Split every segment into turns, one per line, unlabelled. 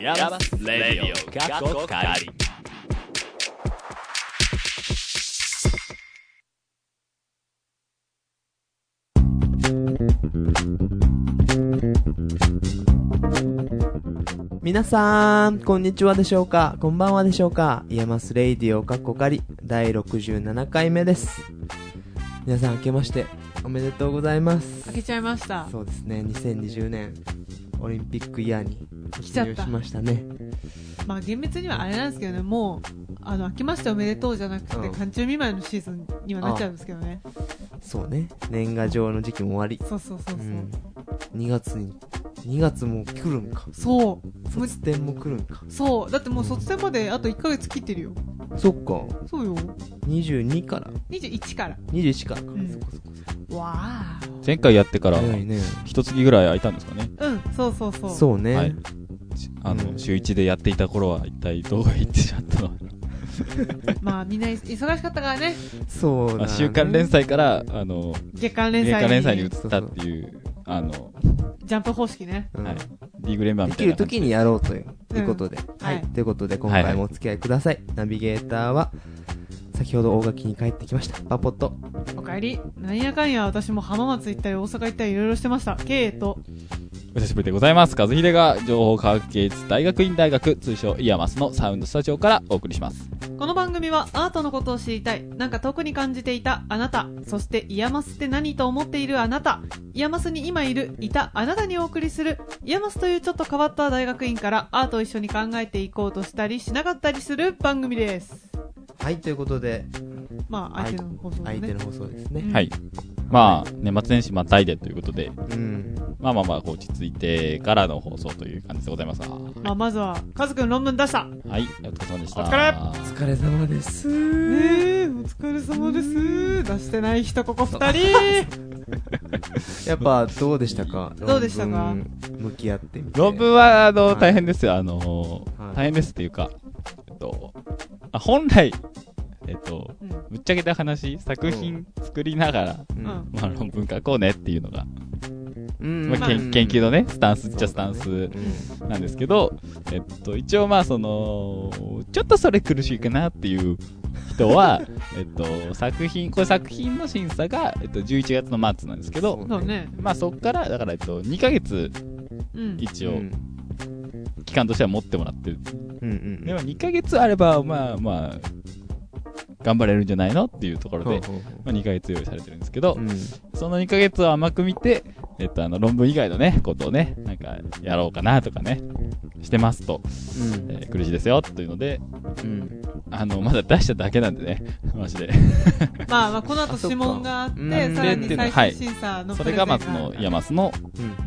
ヤマスレディオ過去仮
皆さん、こんにちはでしょうかこんばんはでしょうかイエマスレイディオカッコカリ第67回目です。皆さん、明けましておめでとうございます
開。けちゃいました
そうですね、2020年オリンピックイヤーに
来ちゃ
突入
った
しましたね。
まあ厳密にはあれなんですけどねもうあの明けましておめでとうじゃなくて、
うん
寒中見舞いのシーズンにはなっちゃうんですけどね
そうね、年賀状の時期も終わり。
そうそうそうそう、
うん2月に、2月も来るんか。
そうむ
卒点も来るんか。
そうだってもう卒戦まであと1ヶ月切ってるよ
そっか、
そうよ
22から、
21から
21からか。
うん
そっかそっかそっか
わあ
前回やってから
早いね。
一月ぐらい空いたんですかね
うんそうそうそう
そうね。
はいしあ
う
の
ん
週一でやっていた頃は一体どこへ行ってしまったの
まあみんな忙しかったからね
そうだ、
まあ
ね。
週刊連載からあの
月間連
年
載
間
に
連載に移ったっていうあの
ジャンプ方式ね
うん
はいリーグレンバー
で
みたい
き
な
る
感じ
時にやろうという,、
うん
いうことで。
はい
ということで、今回もお付き合いください。ナビゲーターは、先ほど大垣に帰ってきました。パポット。
おかえりなんやかんや私も浜松行ったり大阪行ったりいろいろしてました経営と
お久しぶりでございます和秀が情報科学技術大学院大学通称イヤマスのサウンドスタジオからお送りします
この番組はアートのことを知りたいなんか特に感じていたあなたそしてイヤマスって何と思っているあなたイヤマスに今いるいたあなたにお送りするイヤマスというちょっと変わった大学院からアートを一緒に考えていこうとしたりしなかったりする番組です
はい、ということで、
まあ相手の放送
相手
ね
の放送ですね。
はいまあ年末年始またいでということで
うん。
まあまあまあ落ち着いてからの放送という感じでございますがは
まあ、まずはカズくん論文出した
いお疲れ様でした
お疲れ
お疲れ様です。
えー、お疲れ様です出してない人ここ2人
やっぱ、どうでしたか
どうでしたか
論文向き合ってみて。
論文は、あの、
はい
大変ですよ。あの
はい
大変ですっていうか、えっと、あ本来、えっと、
うん
ぶっちゃけた話、作品作りながら、
う
うん
ん。
まあ、論文書こうねっていうのが、
うん
まあ、けん研究
の
のね、スタンスっちゃスタンスなんですけど、えっと、一応まあ、その、ちょっとそれ苦しいかなっていう人 は、えっと、作品、これ作品の審査が、えっと、11月の末なんですけど、
そうね
まあ、そっから、だから、えっと、2ヶ月、
うん
一
う
応、
ん
期間としては持ってもらってる
うん
でも2ヶ月あれば、まあまあ、頑張れるんじゃないのっていうとこ
うん
ろ
ほう
で、
ほう
まあ、2ヶ月用意されてるんですけど、
ほううん
その2ヶ月を甘く見て、えっと、あの、論文以外のね、ことをね、なんか、やろうかなとかね、してますと、えー苦しいですよ、というので、
うんうん
あの、まだ出しただけなんでね、 マジで。
まあまあこの後
あそっか
指紋があって
うん
さらに
で
最
はい
終審査の
そ
プ
れ
レゼ
が、
ン
まあ、その、山須の、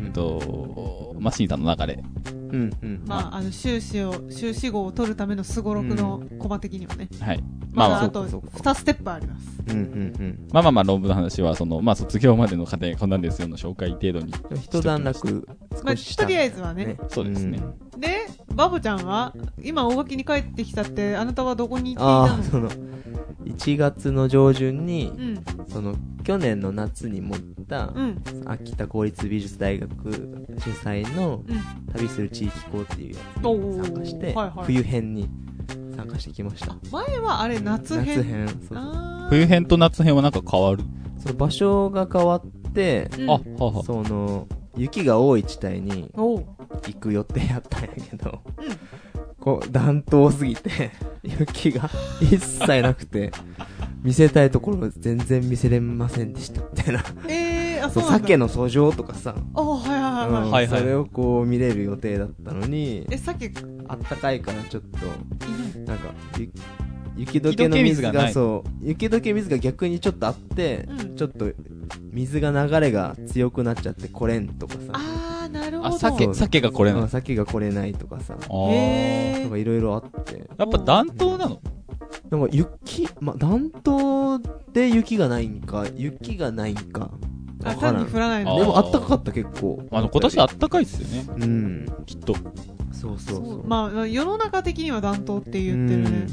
うん
えっと、まあ、審査の中で、
うんうん
まあ、あの修士を修士号を取るためのすごろくのコマ的にはね、
はい。まあ
まだ
ま
あ
あ、
と
そうかそう
2ステップあります
うんうんうん
まあまあまあ、論文の話は、その、まあ、卒業までの過程がこんなんですよの紹介程度に。
一段落
まあ
少しした、
とりあえずはね
そうですね
ん
でバブちゃんは今大垣に帰ってきたってあなたはどこに行って
ああ
いた
そ
の
の1月の上旬に、
うん
その去年の夏に持った、
うん
秋田公立美術大学主催の
うん
旅する地域校っていうやつ
おー
に参加して、
はいはい
冬編に参加してきました
前はあれ夏編
夏編そうそう
あー
冬編と夏編はなんか変わる。
その場所が変わって、
うん
あ、はあはあ。
その雪が多い地帯に
おう
行く予定やったんやけど、こう暖冬すぎて 雪が一切なくて見せたいところ全然見せれませんでしたみたいな
えー、あ
そう
そうなんだ
鮭の遡上とかさ、
あはいはいはい、はい
うん
はいはい
それをこう見れる予定だったのに
え鮭い
あったかいからちょっ
な
と
い
なんかゆ雪解けの水
雪解け水が
が
ない
そう雪解け水が逆にちょっとあって、
うん
ちょっと水が流れが強くなっちゃって来れんとかさ
あーなるほ
あ、
ど
鮭、鮭がこれな
う
の
ん。鮭が来れないとかさ
あー
へ
なんか
ー
いろいろあって
やっぱ暖冬なの
なんか雪、ま、暖冬で雪がないんか、雪がないんか。
あ
わから
単
ん
に
で
降らないの
あ
もあったかかった結構。
あの、今年あったかいっすよね。
うん。
きっと。
そうそう
そう
そう。
まあ世の中的には暖冬って言ってるね、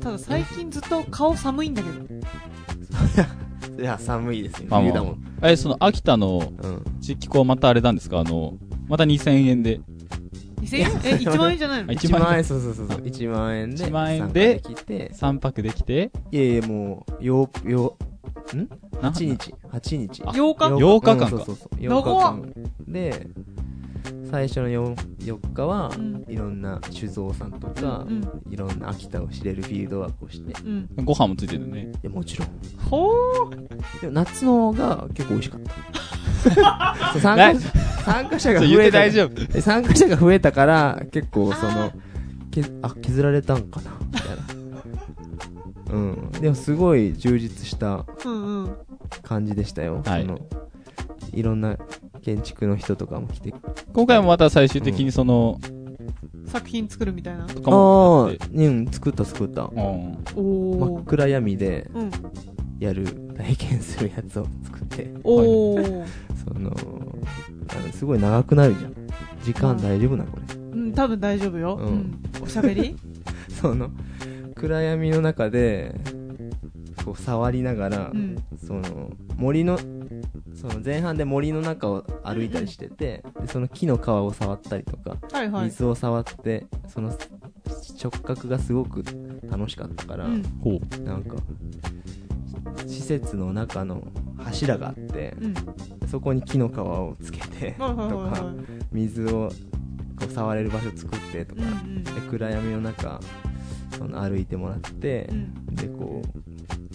ただ最近ずっと顔寒いんだけど
うん。いや、寒いですよ。
まあま
冬
あ
だもん。
え、その、秋田の
うん。
地域校はまたあれなんですかあの、また2000円で。
2000円え、1万円じゃないの
あ
1万円、そうそうそうそう、1万円で、
1万円で
参加きて、
3泊できて
いやいや、もう、よう、よう、ん
な
?8 日、8日。
あ
8日
8日間か
うんそうそうそう
長
8
っ
日間。で、最初の 4, 4日は、
うん
いろんな酒造さんとか、
うん
いろんな秋田を知れるフィールドワークをして、い
うん。
ご飯もついてるね
や、もちろん。
ほ
でも夏の方が結構美味しかった。 そう参加参加者が
そう
増
言っ
え
て
た
大丈夫
で参加者が増えたから、結構そ
あ
の、けあ、削られたんかな、みたいな。うん。でもすごい充実した
ーうんうん。
感じでしたよ。
はい
そのいろんな建築の人とかも来て。あ
今回もまた最終的にその、
作品作るみたいな。
と
あ
かもやって
ー、うん、作った作った。
うん
お
真っ
お。
暗闇で
うん。
やる、体験するやつを作って、
おー。
その、あのすごい長くなるじゃん。時間大丈夫な、これ。
うん、多分大丈夫よ。
う
うんん。おしゃべ り
その暗闇の中でこう触りながら、
うん。
その森のその前半で森の中を歩いたりしてて、でその木の皮を触ったりとか、
はいはい。
水を触ってその触覚がすごく楽しかったから、
うん。
ほう
なんか施設の中の柱があって
うん。
そこに木の皮をつけてと
はいはいはいは
か
い。
水をこう触れる場所作ってと
う
か、
んうん。
で暗闇の中その歩いてもらって
う、ん。
でこう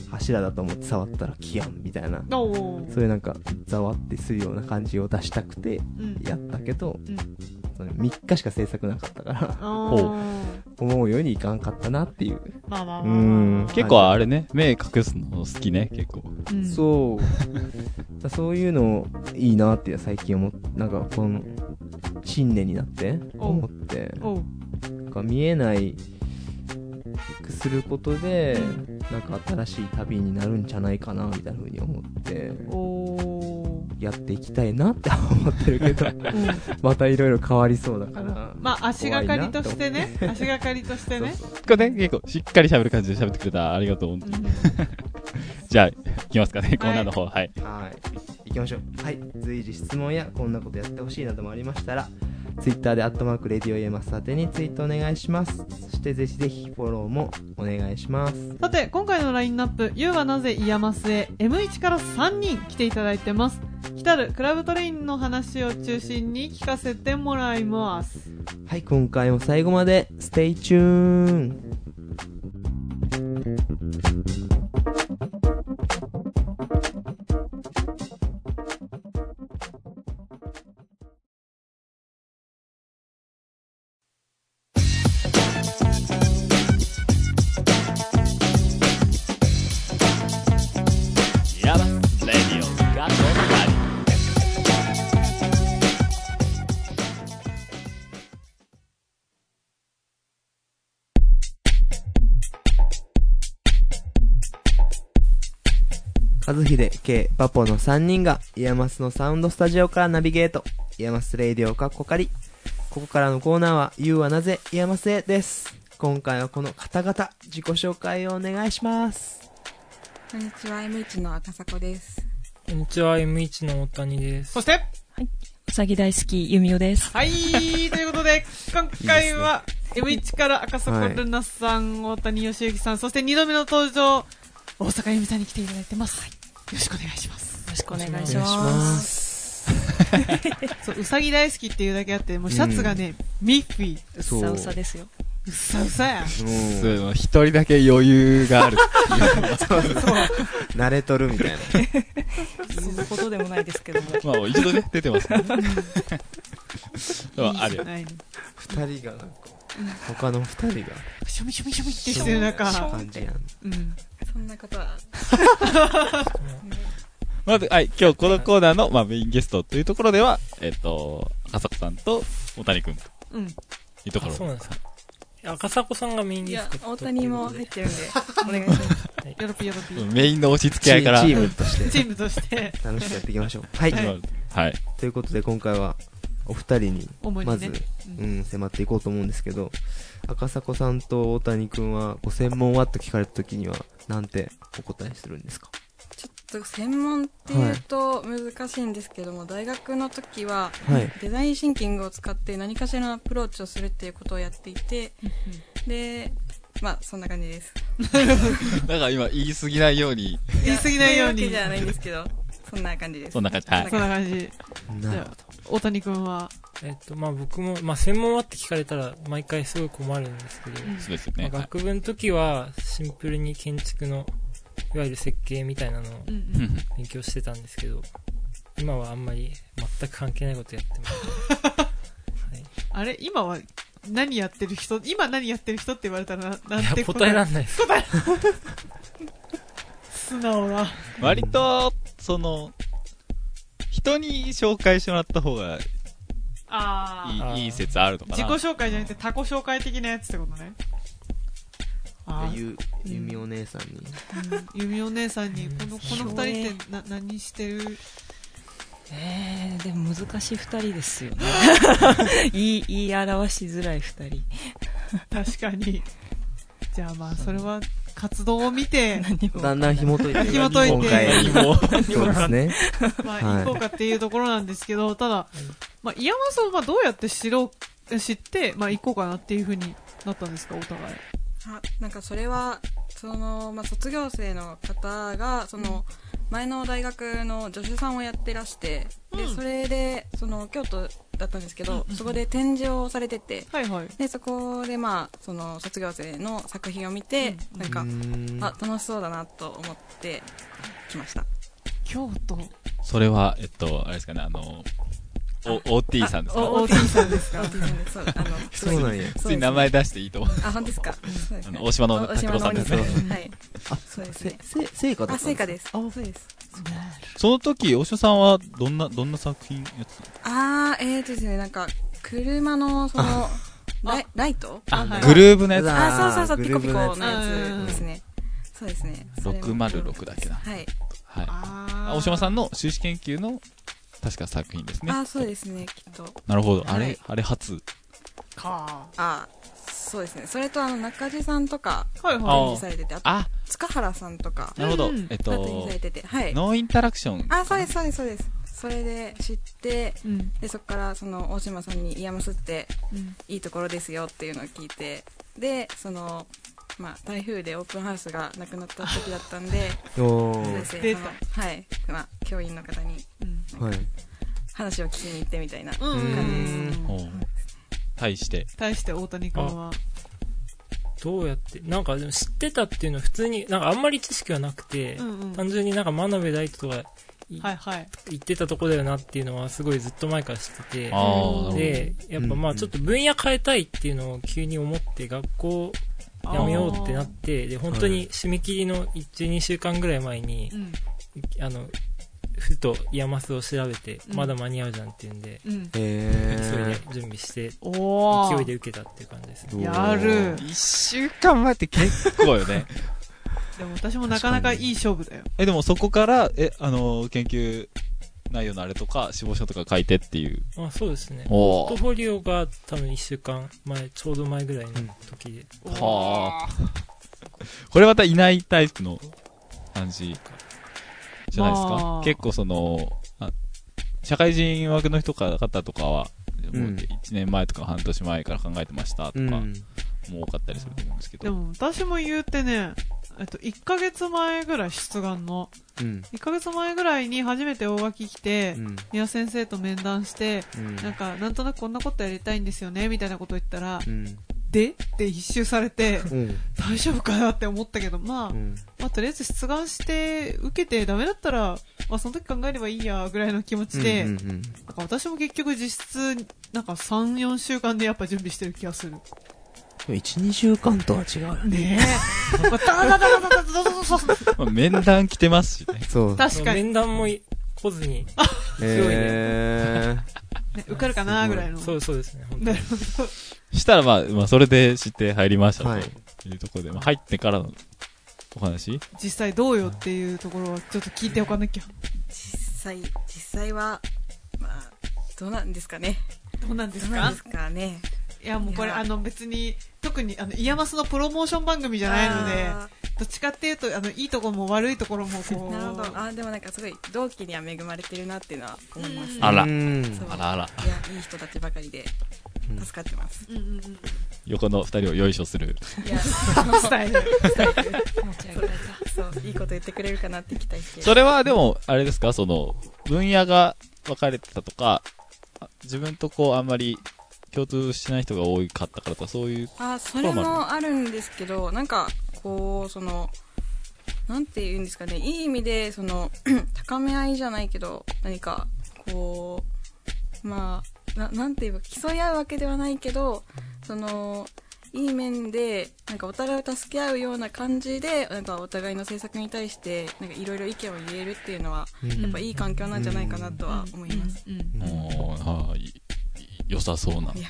柱だと思って触ったらキアンみたいな
おー
そういうなんかざわってするような感じを出したくて
うん。
やったけど、
うん
その3日しか制作なかったから
あ
ほ
ー。
思うようにいかんかったなっていう、
まあまあまあ
う
ま
ん
あ。
結構あれね目隠すの好きね結構
うん
そうだそういうのいいなって最近思っなんかこの新年になって
お
思って
おう。
なんか見えないくすることでなんか新しい旅になるんじゃないかなみたいな風に思って
おー。
やっていきたいなって思ってるけ ど
うん
またいろいろ変わりそうだから
まあ、足がかりとして ね。足がかりとしてね。
これね結構しっかり喋る感じで喋ってくれたありがとう本当に
うん
じゃあいきますかねコーナーの方はい
はい行きましょうはい随時質問やこんなことやってほしいなどもありましたら Twitter で「アットマークレディオイエマス」宛てにツイートお願いしますそしてぜひぜひフォローもお願いします
さて、今回のラインナップ、ゆうはなぜイヤマスへ M1 から3人来ていただいてます。来たるクラブトレインの話を中心に聞かせてもらいます。
はい今回も最後までステイチューン
ヤマスレディオガッコカリ
和秀、K、パポの3人が、イヤマスのサウンドスタジオからナビゲート。イヤマスレイディオかっこかり。ここからのコーナーは、You はなぜイヤマスへです。今回はこの方々、自己紹介をお願いします。
こんにちは、M1 の赤坂です。
こんにちは、M1 の大谷です
そ。して、
うさぎ大好き、ゆみおです。
はい、ということで、今回は M1 から赤坂ルナさん、大谷義行さん、そして2度目の登場、大阪ゆみさんに来ていただいてます。よろしくお願いします。
よろしくお願
お
いし
願いし
ま。
ますす。
そう、うさぎ大好きっていうだけあって、もうシャツがね、ミッフィー、
うっさうさですよ。
うっさうさや。
も
そう一人だけ余裕がある
う、慣れとるみたいな。
そんなことでもないですけども。
まあ一度ね 出てますからねでもあるよ
ないの
二人がなんか、他の二人が、
シュミシュミシュミってしてる中、
感じやん。
うん。
そんなことは、
まず、はい、今日このコーナーの、まあ、メインゲストというところでは、えっ、と、浅子さんと大谷くんと
うん。
いうとこ
あ
ろ。
そうなんですか。赤迫さんがメイン
い
ゲ
や
ストって、
大
ことで
谷も入ってるんで、お願いします。
よろぴよろぴ。
メインの押し付
チ
け合いから。
チームとして、
チームとして、
楽しくやっていきましょう。はい。
今はい。
ということで、今回は、お二人に、
主
ま
に
ず
ね。、
う、
うん
迫っていこうと思うんですけど、赤迫さんと大谷くんは、ご専門はと聞かれた時には、なんてお答えするんですか
と専門っていうと難しいんですけども、大学の時は
はい
デザインシンキングを使って何かしらのアプローチをするっていうことをやっていて、でまあそんな感じです
だから今言い過ぎないように、
言い過ぎないよう
そ
に
ういうわけじゃないんですけどそんな感じです
そんな感じ。はい。
そんな感じ
な
じ
る
ゃあ大谷君は
えっと、まあ僕も、まあ専門はって聞かれたら毎回すごい困るんですけど、
そうですよ
まあ
ね。はい
学部の時はシンプルに建築の、いわゆる設計みたいなのを
うん
うんうん
勉強してたんですけど、今はあんまり全く関係ないことやってます。
あれ今は何やってる人今何やってる人って言われたらななん
い
て
や、答えら
ん
んないです。
素直な
割と、その、人に紹介してもらった方が
あー
あー
いいいい説あるのか
自己
な。
紹介じゃなくて他己紹介的なやつってことねあ
ほど
あ
ゆゆみお姉さんに
ゆみお姉さんにこのこの
そう
二人ってな何してる
えー、でも難しい二人で すよね。言い、言い表しづらい二人。
確かにじゃあまあそれは活動を見て
何も
だんだん紐解いて
紐解いて
今回
何も
そうですね
まあ
はい
行こうかっていうところなんですけど、ただ、まあ、イヤマスをまあどうやって知ろう知って、まあ、行こうかなっていうふうになったんですか、お互い。
あなんかそれはその、まあ、卒業生の方がその前の大学の助手さんをやってらして、
う
で
ん
それでその京都だったんですけど、
うんうんうん
そこで展示をされてて
はいはい。
でそこで、まあ、その卒業生の作品を見て、
うん
なん
う
か、
ーん
あ楽しそうだなと思って来ました
京都。
それは、えっと、あれですかね、あの、お OT さんですか
お、おじいさんです
あ
か。
そうですねそうあのす
そ
ごいう
なんや
普通に名前出していいと思う。
あ本当ですかそうです
あ
ね
の、大島の
お大
拓郎
島の
さ
お
んで
兄
す
さん
ね。
はい
あ
そうです
せせ
ね
成果だ
あ
ったん
成
です
果です
あそうです
その時、大島さんはどんな、どんな作品やってた
あーえーとですねなんか車のそのライライト
あはい
グルーブのやつ。
あ、そうそうそう、
グ
ピ
ルー
コ
ブ
ピコ
のや
の
つ
やつですね。そうですね。それも
606だっけな。
はい。
はい。
あー
大島さんの修士研究の、確か作品ですね。
あ、そうですね、きっと。
なるほど。あ
は
れ
い、
あれ初。
か。
あ、そうですね。それと、あの、中地さんとか、
はい
展
は
あ
示されてて、あと、
あ、
塚原さんとか、
なるほど
うん。
えっ
が展示
と
され、てて、はい。
ノーインタラクション。
あ、そうです、そうです、そうです。それで知って、
い。うん。
で、そこから、その、大島さんに、イヤマスって
うん
いいところですよっていうのを聞いて、で、その、まあ、台風でオープンハウスがなくなった時だったんで、
お
そう
ー
ですね
出
そ
た
のはい。まあ、教員の方に
うん。
はい
話を聞きに行ってみたいな。
うんうん
おう対して。
対して大谷君は。
どうやって、なんかでも知ってたっていうのは普通に、なんかあんまり知識はなくて、
うんうん
単純になんか真鍋大斗がい
はいはい。
言ってたとこだよなっていうのはすごいずっと前から知ってて、
ああ、なる
で、やっぱま
う
あ
ん
ちょっと分野変えたいっていうのを急に思って学校やめようってなって、で、本当に締め切りの1、2週間ぐらい前に
う、ん。
あの、ふとイヤマスを調べて、
うん
まだ間に合うじゃんっていうんで、
うん。
へ
それで
ー
準備して、
おー。
勢いで受けたっていう感じです ね。
やる。
ほど。一週間前って結構よね。
でも私もなかなかいい勝負だよ。
え、でもそこから、え、あのー、研究内容のあれとか、死亡書とか書いてっていう。
あそうですね。
お
ポート。フォリオが多分1週間前、ちょうど前ぐらいの時で。
はあ。これまたいないタイプの感じじゃないですか、
まあ
結構その、あ社会人枠の人か方とかは、
うん
もう1年前とか半年前から考えてましたとか、
うん
もう多かったりすると思うんですけ
で
ど。
も私も言うてね、えっと、1ヶ月前ぐらい出願の。
うん
1ヶ月前ぐらいに初めて大垣来て、
うん
宮先生と面談して、
うん
なんか、なんとなくこんなことやりたいんですよね、みたいなこと言ったら、
うん
でって一周され て、
うん
大丈夫かなって思ったけど、まあ、
うん
まあ、とりあえず出願して、受けてダメだったら、まあ、その時考えればいいや、ぐらいの気持ち
う
で、
んうん
なんか私も結局実質、なんか3、4週間でやっぱ準備してる気がする。
うん12週間とは違うよね
ねえ。まあ、ただただただただただただ
まあ面談来てますしね。
そう
確かに、
面談もい来ずに、
へー
ね、受かるかな、ぐらいの。
そうそうですね、本当
な
に
るほど。
したらまあ、まあ、それで知って入りました
はい
というところで、まあ、入ってからのお話
実際どうよっていうところはちょっと聞いておかなきゃ。
実際、実際は、まあ、どうなんですかね。
どうなんで
ど
す
うなん
か
ですかね。
いやもうこれ
いや
あの別に特にあのイヤマスのプロモーション番組じゃないので
あ
どっちかっていうとあのいいところも悪いところもこう
なるほどあーでもなんかすごい同期には恵まれてるなっていうのは思います、
うん
ね、
あら
うん
そう
あらあら
いやいい人たちばかりで
うん
助かってます、
うんうんうん
横の二人をよいしょする
いや
スタイ ル
持ち上げられた
そういいこと言ってくれるかなって期待して
それはでもあれですかその分野が分かれてたとかあ自分とこうあんまり共通しない人が多かったからとかそういう
あそれもあるんですけどなんかこうそのなんて言うんですかねいい意味でその 高め合いじゃないけど何かこうまあななんて言えば競い合うわけではないけどそのいい面でなんかお互いを助け合うような感じでなんかお互いの政策に対してなんかいろいろ意見を言えるっていうのは
うん
やっぱいい環境なんじゃないかなとは思います。
うんうんうん
もうはいい良さそうない
や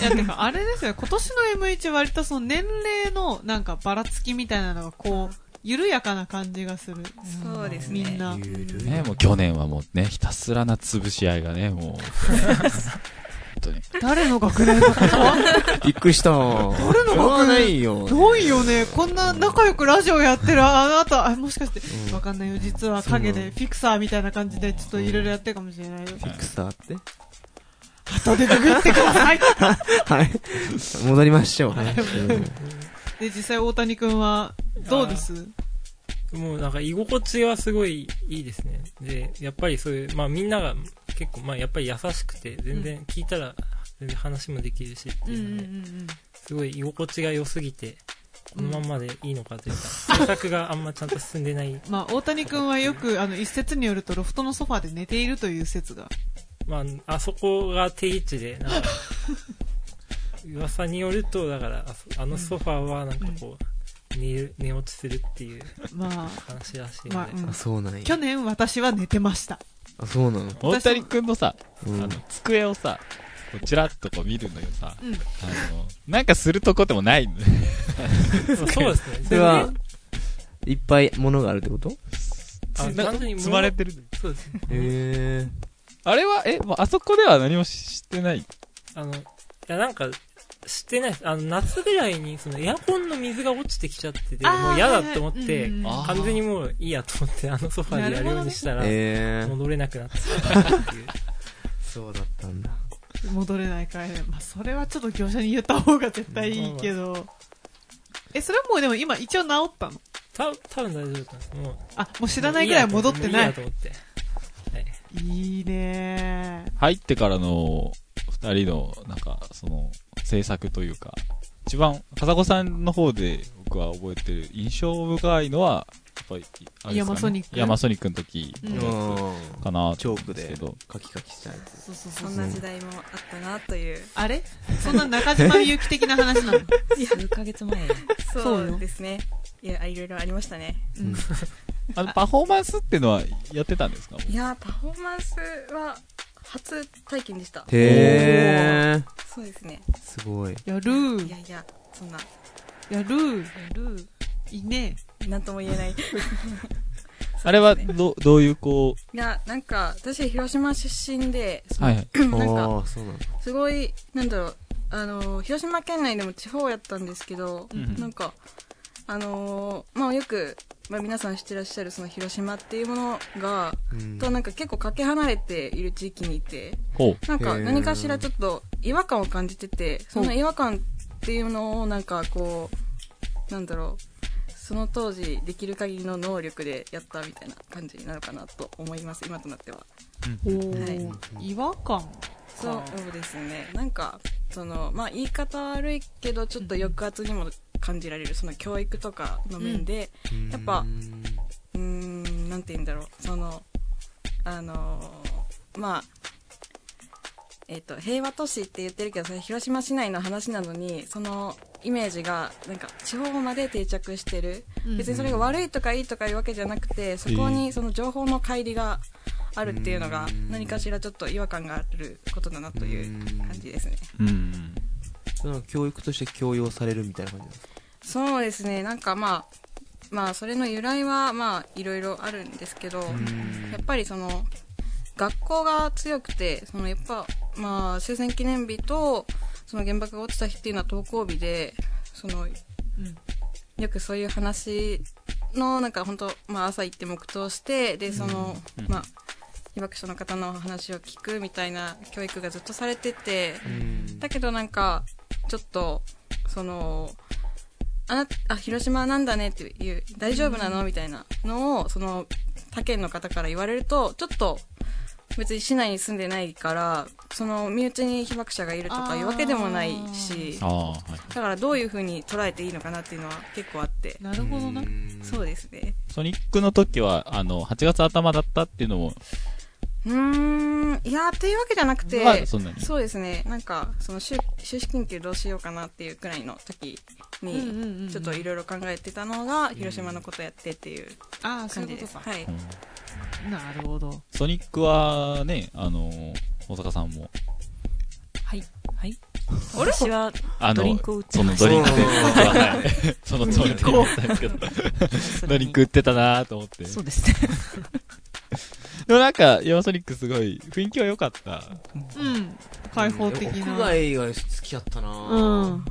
いや、てか、あれですよね、今年の M1 割とその年齢のなんかばらつきみたいなのがこう、緩やかな感じがする。
そうです
み
ね
んな。
ゆる
ね、もう去年はもうね、ひたすらな潰し合いがね、もう。本当に。
誰の学年だ った
びっくりした。俺
の
はないよ。
遠いよね。こんな仲良くラジオやってるあなた、あもしかして、わかんないよ。実は陰
そうな
で
の
フィクサーみたいな感じでちょっといろいろやってるかもしれないよ。
ピクサーって
後でググってください。
はい。戻りましょう。はい。
で、実際大谷くんは、どうです
もうなんか居心地はすごいいいですね。で、やっぱりそういう、まあみんなが結構、まあやっぱり優しくて、全然聞いたら全然話もできるしって
うんう
いうんの
う
で、
ん
すごい居心地が良すぎて、このまんまでいいのかというか、 制作があんまちゃんと進んでない、
まあ、大谷くんはよく、あの、一説によるとロフトのソファーで寝ているという説が。
まあ、あそこが定位置で、なんか、噂によると、だから、あそあのソファーはなんかこう、寝る寝落ちするっていう
まあ、
話らしい
ま
の
あ
で、
うん
あ、そうなんや。
去年私は寝てました。
あ、そうなの。
大谷くんのさ、
う
あ
ん
の、机をさ、こうちらっとこう見るんだけどさ、
うん
あの、なんかするとこでもないんだよね
まあそうですね。
それは、いっぱい物があるってこと
あ
な
完全に物
積まれてるんだよ。
そうですね。
へ
あれは、え、もうあそこでは何もしてない。
あの、いや、なんか、してないですあの、夏ぐらいに、その、エアコンの水が落ちてきちゃってて、
あー
もう嫌だと思って、
はいはいうんうん
あー
完全にもういいやと思って、あのソファーでやるようにしたら、
えー。
戻れなくなってたっていう。
そうだったんだ。
戻れないから、まあ、それはちょっと業者に言った方が絶対いいけど。え、それはもうでも今一応治ったの
た多分大丈夫だったんです。もう、
あ、もう知らないぐらい戻ってな
もういいや
い
と。思って。はい。
いいね
入ってからの、二人の、なんか、その、制作というか、一番、笠子さんの方で僕は覚えてる印象深いのは、やっぱり、あれですかね
ヤマソニック
ヤマソニックの時
う
うんん
のやつかな
チョーク
ですけ
で
ど、
カキカキしたやつ。
そうそう
そんな時代もあったなという
あれそんな中島みゆき的な話なの
数ヶ月前
そうよ
そうですねいやいろいろありましたね
うん
あの、パフォーマンスってのはやってたんですか
いやーパフォーマンスは初体験でした
へー。
そうですね
すごい。
やるー
いやいやそんな
やるーやるーいいね
何とも言えない
あれは、ど、どういうこ
いやなんか私広島出身で
う、はいはい。
そ
あ
の なんか
ー、そうなの。
すごいなんだろうあのー広島県内でも地方やったんですけど、
うん
なんかあのーまあよく、まあ、皆さん知ってらっしゃるその広島っていうものが、
うん
となんか結構かけ離れている地域にいて
ほう。
なんか
へー
何かしらちょっと違和感を感じてて、その違和感っていうのをなんかこう、なんだろう、その当時できる限りの能力でやったみたいな感じになるかなと思います、今となっては。
お
はい
ー違和感
そうですね。なんか、その、まあ言い方悪いけど、ちょっと抑圧にも感じられる、その教育とかの面で、やっぱ
うん
うーん、なんて言うんだろう、その、あのーまあ、えっ、と、平和都市って言ってるけど、それ広島市内の話なのに、そのイメージが、なんか、地方まで定着してる。
うん
別にそれが悪いとかいいとかいうわけじゃなくて、そこにその情報の乖離があるっていうのが
う、ん
何かしらちょっと違和感があることだなという感じですね。
うん。
その教育として強要されるみたいな感じなんですか
そうですね、なんかまあ、まあ、それの由来は、まあ、いろいろあるんですけど、やっぱりその学校が強くてそのやっぱ、まあ、終戦記念日とその原爆が落ちた日っていうのは登校日でその、よくそういう話のなんか本当、まあ、朝行って黙祷してでその、
うん
まあ、被爆者の方の話を聞くみたいな教育がずっとされてて、だけどなんかちょっとそのあなあ広島はなんだねっていう大丈夫なのみたいなのをその他県の方から言われるとちょっと別に市内に住んでないからその身内に被爆者がいるとかいうわけでもないし
ああ、はい。
だからどういうふうに捉えていいのかなっていうのは結構あって
なるほどな。
そうですね
ソニックの時は、あの、8月頭だったっていうのも、
うーんいやーっていうわけじゃなくて、
まあそんなに
そうですねなんかその収収支研究どうしようかなっていうくらいの時
うんうんうんうん
にちょっといろいろ考えてたのが広島のことやってっていう
ああ、そう
感
い
じ
うこ
で
と
す
か。
はい
うん
なるほど。
ソニックはね、あの、大阪さんも、
はい。はい。私は、
あの、
ドリンクを売って
その
ま
ドリンク
うん
で、はい そのつもりで言ったんですけど、
す。
ドリンク売ってたなーと思って。
そうですね。
でもなんか、ヤマソニックすごい、雰囲気は良かった。
うん。開放的な。
屋外が好きやったなぁ
うん。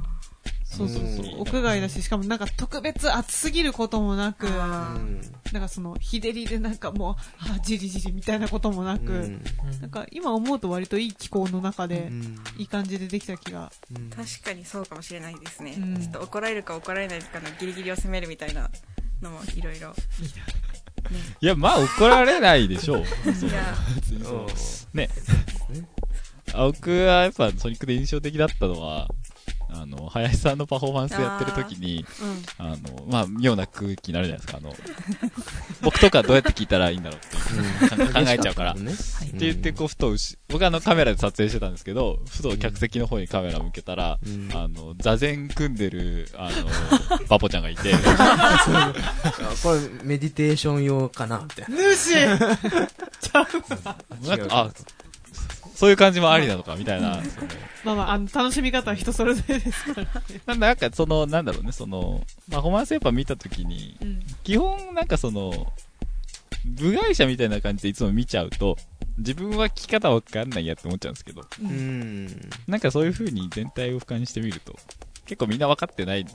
そうそうそうう。
ん
屋外だし、しかもなんか特別暑すぎることもなく、な
あ
うん
んかその日照りでなんかもう、あ、じりじりみたいなこともな
う
く、
ん
う
なん
ん
か今思うと割といい気候の中
う
で、
ん
いい感じでできた気が。
うん
ー確かにそうかもしれないですね、
うん
ちょっと怒られるか怒られないかのギリギリを攻めるみたいなのもいろいろ
いや、まあ怒られないでしょう。そう
いや
別にそう
うん
ね。あ僕はやっぱソニックで印象的だったのは、あの、林さんのパフォーマンスやってる時に、
う。
あの、まあ、妙な空気になるじゃないですか。あの、僕とかどうやって聞いたらいいんだろうっていう考えちゃうから。っ
ね
はい
て言って、こう、ふとうし、僕はあの、カメラで撮影してたんですけど、ふと客席の方にカメラ向けたら、
うん
あの、座禅組んでる、あの、バポちゃんがいて、
あこれメディテーション用かなみたいなん
ぬし
なんか、あ、そういう感じもありなのか、みたいな。
まあまあ、あの、楽しみ方は人それぞれですから。
なんだなんか、その、なんだろうね、その、パフォーマンスやっぱ見たときに、
うん。
基本なんかその、部外者みたいな感じでいつも見ちゃうと、自分は聞き方わかんないやって思っちゃうんですけど、
うん
なんかそういう風に全体を俯瞰してみると、結構みんな分かってない
うん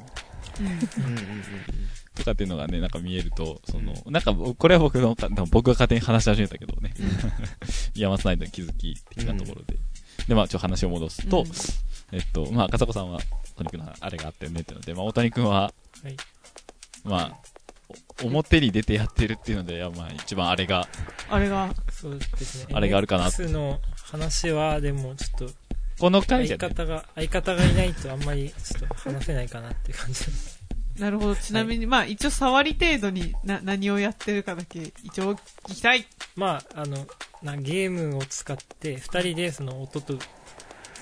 とかっていうのがね、なんか見えると、その、なんか僕これは僕の、多分僕が勝手に話し始めたけど ね、山さんの気づき的なところで。で、まあちょっと話を戻すと、えっと、まあ、かさこさんは、大谷君のあれがあったよねっていうので、まあ、大谷君は、
はい
まあ、お表に出てやってるっていうので、いやまあ、一番あれが、
あれが、
そうですね。
あれがあるかな
NX の話は、でもちょっと、
この回じゃ
相
ね、
方が、相方がいないとあんまりちょっと話せないかなっていう感じです。
なるほど。ちなみに、まあ一応触り程度にな何をやってるかだけ、一応聞きたい。
まあ、あの、なゲームを使って、二人でその音と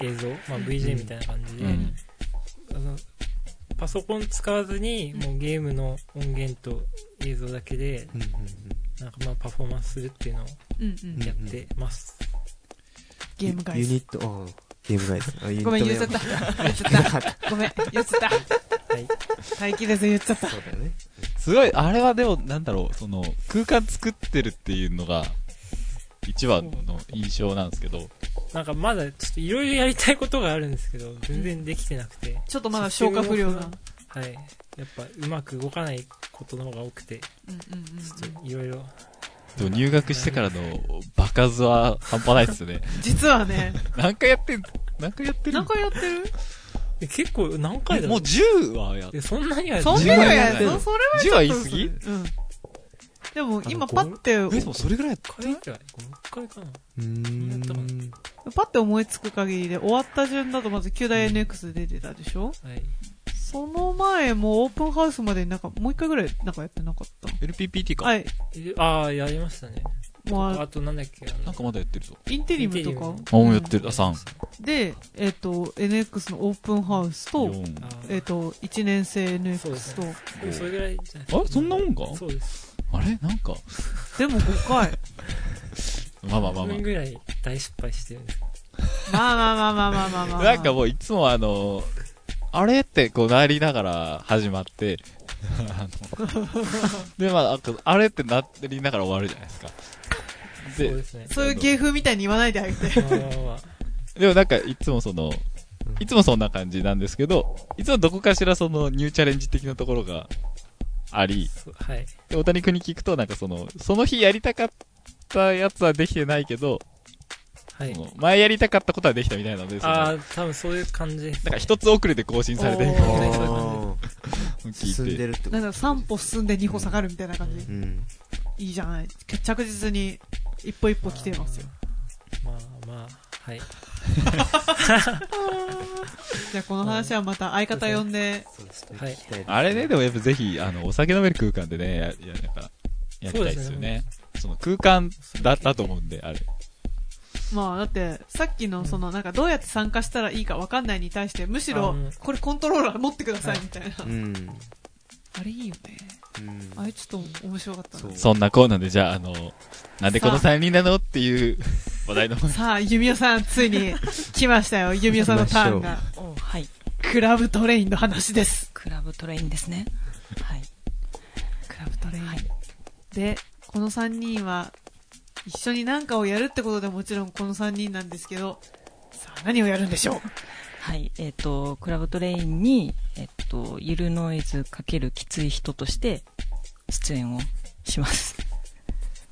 映像、まあ VJ みたいな感じで、
うん
あのパソコン使わずに、もうゲームの音源と映像だけで、
うん
なんかまあパフォーマンスするっていうのを
うんうん。
やってます。
ゲーム
ユ
会
ユ
社
ニットあゲームガイズあユニット
ごめん、
名
言っちゃった。言っちゃった。ごめん、言っちゃった。
はい。
耐えきれず言っちゃった。
そうだよね
すごい、あれはでも、なんだろう、その、空間作ってるっていうのが、一番の印象なんですけど、
なんかまだちょっといろいろやりたいことがあるんですけど、全然できてなくて、
ちょっとまだ消化不良な。
はい。やっぱうまく動かないことの方が多くて、
うんうんうん
ちょっといろいろ。
でも入学してからの場数は半端ないですよね。
実はね、
何回やってん何回やってる
何回やってる
え結構何回だろ
もう10はやっ
えそんなには
そん
10
なの
は
や
や
っ
ってて
る
る
そそれは
10は言い
ちょっ
過
と
ぎ
うん。でも今
あの
パッて、
え、でもそれぐらいやった
5回くらい ?5 回かな
う
やったか
ん
パッて思いつく限りで終わった順だとまず9大 NX で出てたでしょ
はい。
その前もオープンハウスまでなんかもう一回ぐらいなんかやってなかっ
LPPT
た
か。
はい。
えああ、やりましたね。
もう
あ
あ
となんだっけあ
な
の
んかまだやってるぞ。
インテリムとか
イン。
あ、もうやってる。あ、3。
で、えっと、NX のオープンハウスと、
4。
あ
あ
ー
えっと、1年生
そうで
NX
す
と、
でもそれぐらいじゃない
れそんなもんか
そうです。
あれなんか。
でも5回。
まあまあまあ
半
ま
分ぐらい大失敗してるんです
まあまあまあまあまあまあまあ。
あ。なんかもういつもあの、あれってこうなりながら始まって、あの、でまあ、あとあれってなりながら終わるじゃないですか。
そう
で
で、すね。
そういう芸風みたいに言わないであげて。
まあまあまあ。
でもなんかいつもその、
うん
いつもそんな感じなんですけど、いつもどこかしらそのニューチャレンジ的なところがあり、
そうはい。
で、大谷君に聞くと、なんかその、その日やりたかったやつはできてないけど、
はい
そ。の前やりたかったことはできたみたいなので、その
あ
なん
あ、多分そういう感じです。
か一つ遅れて更新されていく
お
み
ー
たいな
そ
のを
進
聞
ん
い
で
て、
るってこと
なんだろう、3歩進んで2歩下がるみたいな感じ
う。ん
いいじゃない。着実に一歩一歩来てますよ。
まあまあ、はい。
じゃあこの話はまた相方呼んで、
はい。
あれね、でもやっぱぜひ、あの、お酒飲める空間でね、や、や、なんか、やりたいですよね。その空間だ、だと思うんで、あれ。
まあだって、さっきのそのなんかどうやって参加したらいいかわかんないに対して、むし
あ
ろ
うん
これコントローラー持ってくださいみたいな。
うんうん
あれいいよね。あれちょっと面白かったな。
そんなコーナーで、じゃあ、あの、なんでこの3人なのっていう話題の方に
さあ、ゆみおさん、ついに来ましたよ。ゆみおさんのターンが。
おはい
クラブトレインの話です。
クラブトレインですねはい
クラブトレイン。
はい
で、この3人は、一緒に何かをやるってことでもちろんこの3人なんですけど、さあ何をやるんでしょ
はい、えっ、と、クラブトレインに、えっ、と、ゆるノイズかけるきつい人として、出演をし ます。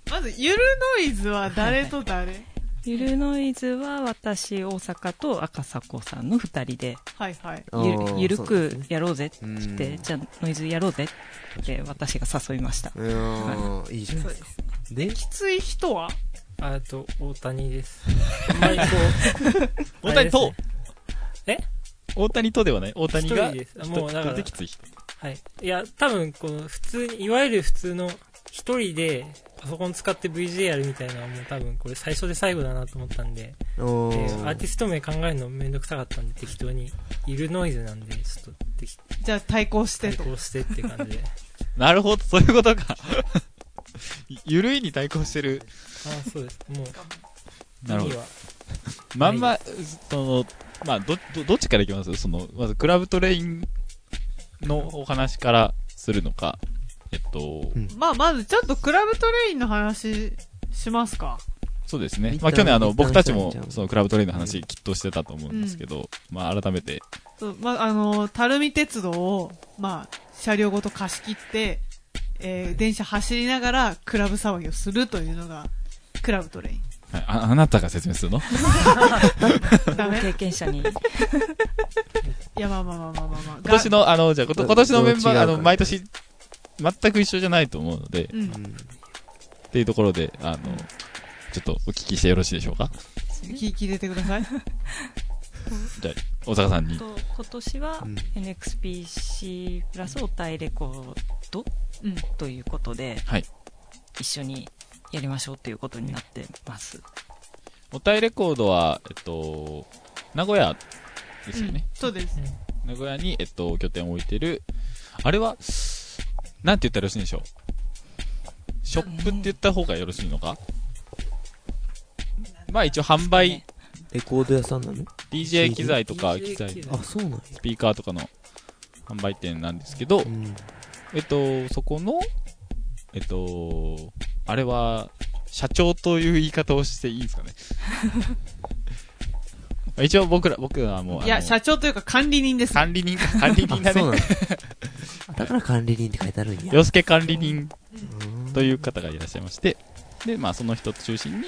うまず、ゆるノイズは誰と誰
ゆるノイズは私、大阪と赤坂さんの二人で、
はいはい。
あー
ゆゆる
そうです
く
ね
やろうぜ
う
っ
ん
て、じゃあノイズやろうぜって私が誘いま した。
うーんいいじゃないですかで
きつい人は
あと、大谷です。 あんまりこう。
大谷と
あれですね
大谷とではない大谷
一
が
人ですもうだか
一
ら
人できつい人
はい。いや、多分、この、普通に、いわゆる普通の、一人で、パソコン使って VJ やるみたいなのはもう多分これ最初で最後だなと思ったんで、
お
で
ー
アーティスト名考えるのめんどくさかったんで適当に、いるノイズなんで、ちょっと適
じゃあ対抗して
対
と。
抗してって感 じで。
なるほどそういうことか ゆるいに対抗してる
ああ、そうです。もう、
なるほ
次
ど
は
まんまそのまあどどどっちからいきますそのまずクラブトレインのお話からするのかえっと、
うん
まあまずちょっとクラブトレインの話しますか。
そうですね
一、旦
まあ、去年あの
一旦
僕たち
一
も
旦一旦
そのクラブトレインの話きっとしてたと思うんですけど、まあ、改めて
そうまあ、あの、垂水鉄道を、まあ、車両ごと貸し切って、えー電車走りながらクラブ騒ぎをするというのが、クラブトレイン。
はいああなたが説明するの
ダ メ
経験者に、
いや、まあまあまあまあまあまあ。
今年
の、
のあのじゃあこと今年のメンバ
どう違う
ー
か
あの毎年全く一緒じゃないと思うので、
うん
う、ん
っていうところで、あの、ちょっとお聞きしてよろしいでしょうか
聞聞いててください。
大坂さんに。
と今年は
うん
NXPC プラスおたえレコード
うん。
ということで、
はい
一緒にやりましょうということになってます。
おたえレコードは、えっと、名古屋ですよね。
うんそうです。
名古屋に、えっと、拠点を置いてる、あれは、なんて言ったらよろしいんでしょうショップって言った方がよろしいのかまあ一応販売、
レコード屋さんなの
DJ 機材とか、
DJ
機材、
機
ス
あそうなんや
ピーカーとかの販売店なんですけど
う、ん
えっと、そこの、えっと、あれは、社長という言い方をしていいんですかね。一応僕ら、僕らはもう、
いや、
あの
社長というか管理人です。
管理人か、管理人
あ
だ
そうなん
ね。
やだから管理人って書いてあるんや
洋介管理人という方がいらっしゃいまして、で、まあその人と中心に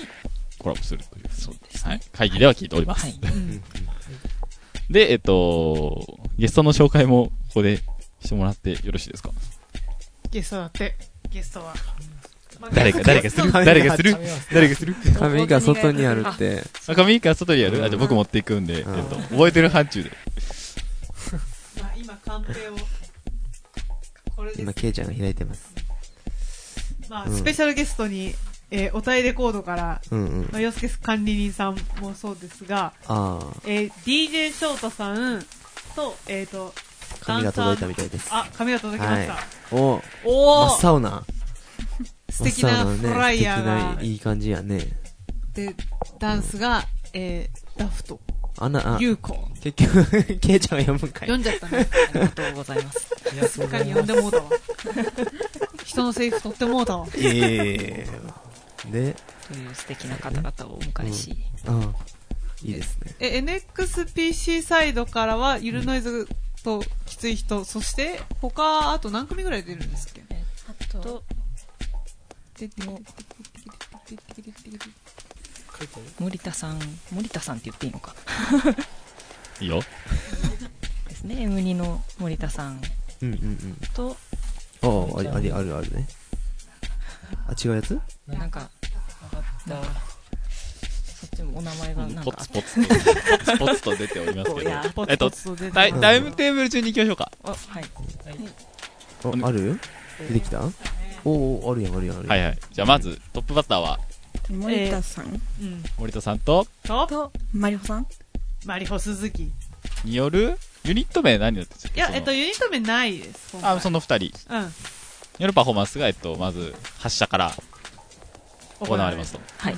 コラボするという。そうです、はい。会議では聞いております。
はい。
うん
で、えっと、ゲストの紹介もここでしてもらってよろしいですか
ゲストだって。ゲストは。
誰が、誰が する誰がする誰がする
髪が外にあるって
赤身から外でやるあ、じゃあ僕持っていくんで、えっ
うん
と、覚えてる範疇で。
まあ今、カンペを。これです
今。ケイちゃんが開いてます
まあ、
うん
スペシャルゲストに、えーおたえレコードから、
うんうん
まあ、洋介管理人さんもそうですが、
ああ
えー DJ 翔太さんと、えっ、と、
髪が届いたみたいです
あ、髪が届きました。
はいお
お
真
ー
っ青な
素敵な
真っ青
フライヤー
ね素
が、
敵ないい感じやね
で、ダンスが、えー、ダフト、
あなあ
ユーコ。
結局 ケイちゃんは読むんかい
読んじゃったね。
ありがとうございます。
ありがと
他
うござい
に
ま
読んでもうたわ。人のセリフ取ってもうたわ。
ええで
という素敵な方々をお迎えし、
ああいいですね。
え NXPC サイドからはゆるノイズときつい人、そして他あと何組ぐらい出るんですっけ
あと
と
書いてある
森田さん森田さんって言っていいのか
いいよ。
ですね M2 の森田さん
うんうんうん。
と
ああ、あり、あり、あるあるね。あ、違うやつ
なんか
だ
そっちもお名前がなん
ポ
かあ
ツポ
っ
ツと、ポツポツと出ておりますけど。えっと、タイタイムテーブル中に行きましょうか。
あはい
あ、ある出てきたおおあるやん、あるやん、あるやん。
はいはい。じゃあまず、トップバッターは
森田さん、
うん
森田さんと、
と
とマリホさん
マリホ鈴木い
による、ユニット名何だってたっけ
や
その
えっとユニット名ないです今回
あ、その二人に
うん
よるパフォーマンスが、えっと、まず、発射から行われますと。
はい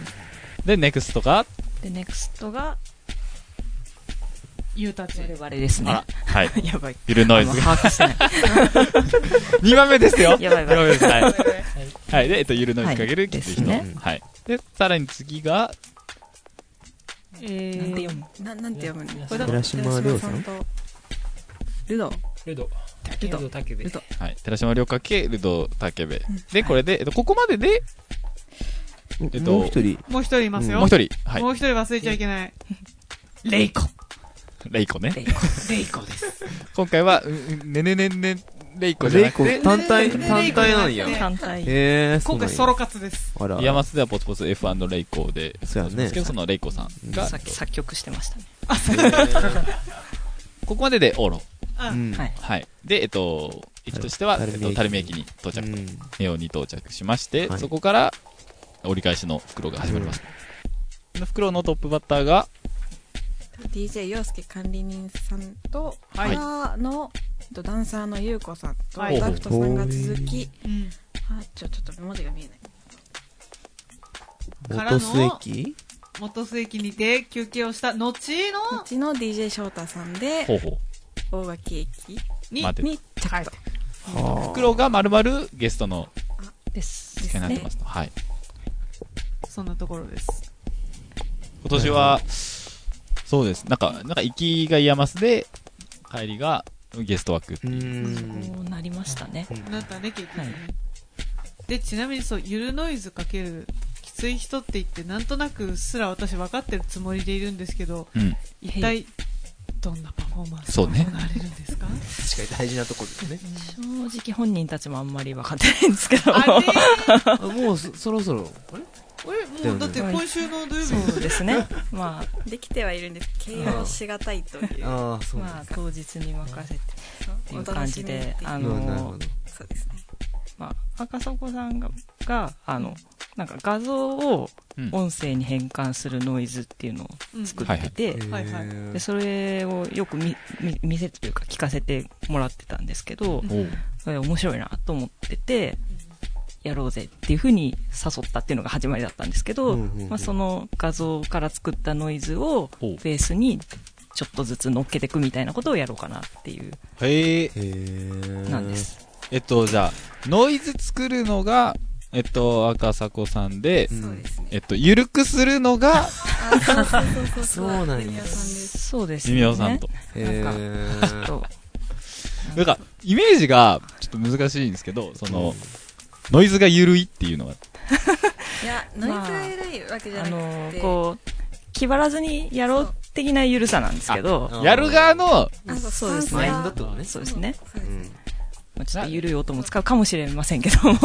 で、ネクストが、
でネクストが
ユーたち
我々です
あら
ね、
はい。
やばい
ビルノイズ
あの
が。
把握してない
2番目ですよ。
やばいやばい
二番目です。はい。はい。で、えっと、ゆる ノイズかける、
はい
きつい
です
人。
ね
はい。で、さらに次が、
え
なんて読
ー
む
ななんて読むのこれだ
寺島亮さん
寺島とルド
ルド
ル
ル
ド
ド竹部
ルド
はい。寺島涼かけ、ルド、竹部
ん。
で、これで、えっと、ここまでで、えっと
もう一人、
もう一人いますよ
もう一人。はい
も。う一人忘れちゃいけない
レイコ
レイコね。
レイコ
レイコです
今回は、うんうんねねねね、レイコじゃ
レ
な
イコ
くて、
単体、
レイコ
単体なんや。
ね
単体
えー、そうな
今回
んや
ソロ活です
あらあら
イヤマスではポツポツ F& レイコで、
そうやね
ですけど、そのレイコさんが、
さっき作曲してましたね
ここまででオーロ。
う
うんん。
はい
はい。で、えっと、位置としては、
た
え
る
っ
み駅
と、垂水駅に到着
う
と、
ん
ネオに到着しまして、
はい
そこから、折り返しの袋が始まります。この袋のトップバッターが、
DJ 陽介管理人さんと、
はい
バーのとダンサーの優子さんと、
はい
ダフトさんが続き
うん
あちょちょっと文字が見えない
からの
元須駅
元須駅にて休憩をした後
う
の
ちの DJ 翔太さんで
ほうほ
大垣駅
に
待て
に着
はい
と
う。袋が丸々ゲストの
です
司会になってますと。はい。
そんなところです
今年は、そうです。なんか、なんか行きがイヤマスで、帰りがゲスト枠。
う
そ
ん。
うなりましたね
なったね結局ね、
はい
でちなみにそうゆるノイズかけるきつい人って言ってなんとなくうっすら私分かってるつもりでいるんですけど
うん。
一体どんなパフォーマンス
そう
が
ね
行われるんですか、
確かに大事なとこですね。
正直本人たちもあんまり分かってないんですけど
あれ
あもうそ、そろそろ。あれ
俺もうだって今週の土曜日
そうですねまあ
できてはいるんです形容しがたいという
ああ、そうなん
ま
で
あ
すか。
当日に任せてってい
お
う
楽
感
し
じ
みに
であ
なるほどなる
の
ほど。
そうですね
まあ、赤底さんががあのなんか画像を
うん
音声に変換するノイズっていうのを
うん
作ってて、
はいはい
へー
でそれをよく見見見せてというか聞かせてもらってたんですけど、
おう
それ面白いなと思ってて、やろうぜっていうふうに誘ったっていうのが始まりだったんですけど、
うんうんうん
まあ、その画像から作ったノイズを
おう
ベースにちょっとずつ乗っけていくみたいなことをやろうかなっていう
へえ。
へー
なんで。す。
えっと、じゃあ、ノイズ作るのが、えっと、赤迫さんで、
うん
そうです ね
えっと、ゆるくするのが、
あそうそうそう
そ
そうう
なんや
ジュニアさんです
そうです
ジ
よ
ミ
ね。
オさんと。
へ
ちょっ
ー
と
なんか、イメージが、ちょっと難しいんですけど、その、ノイズがゆるいっていうのが、
いやノイズが偉いわけじゃ
あ
なくて、
のこう気張らずにやろう的な緩さなんですけど
あ
やる側の、
あそう
そうです
スタン
マ
ス
イン
が
ドってことね。
そうですね、
そうですね
まあ、ちょっと緩い音も使うかもしれませんけども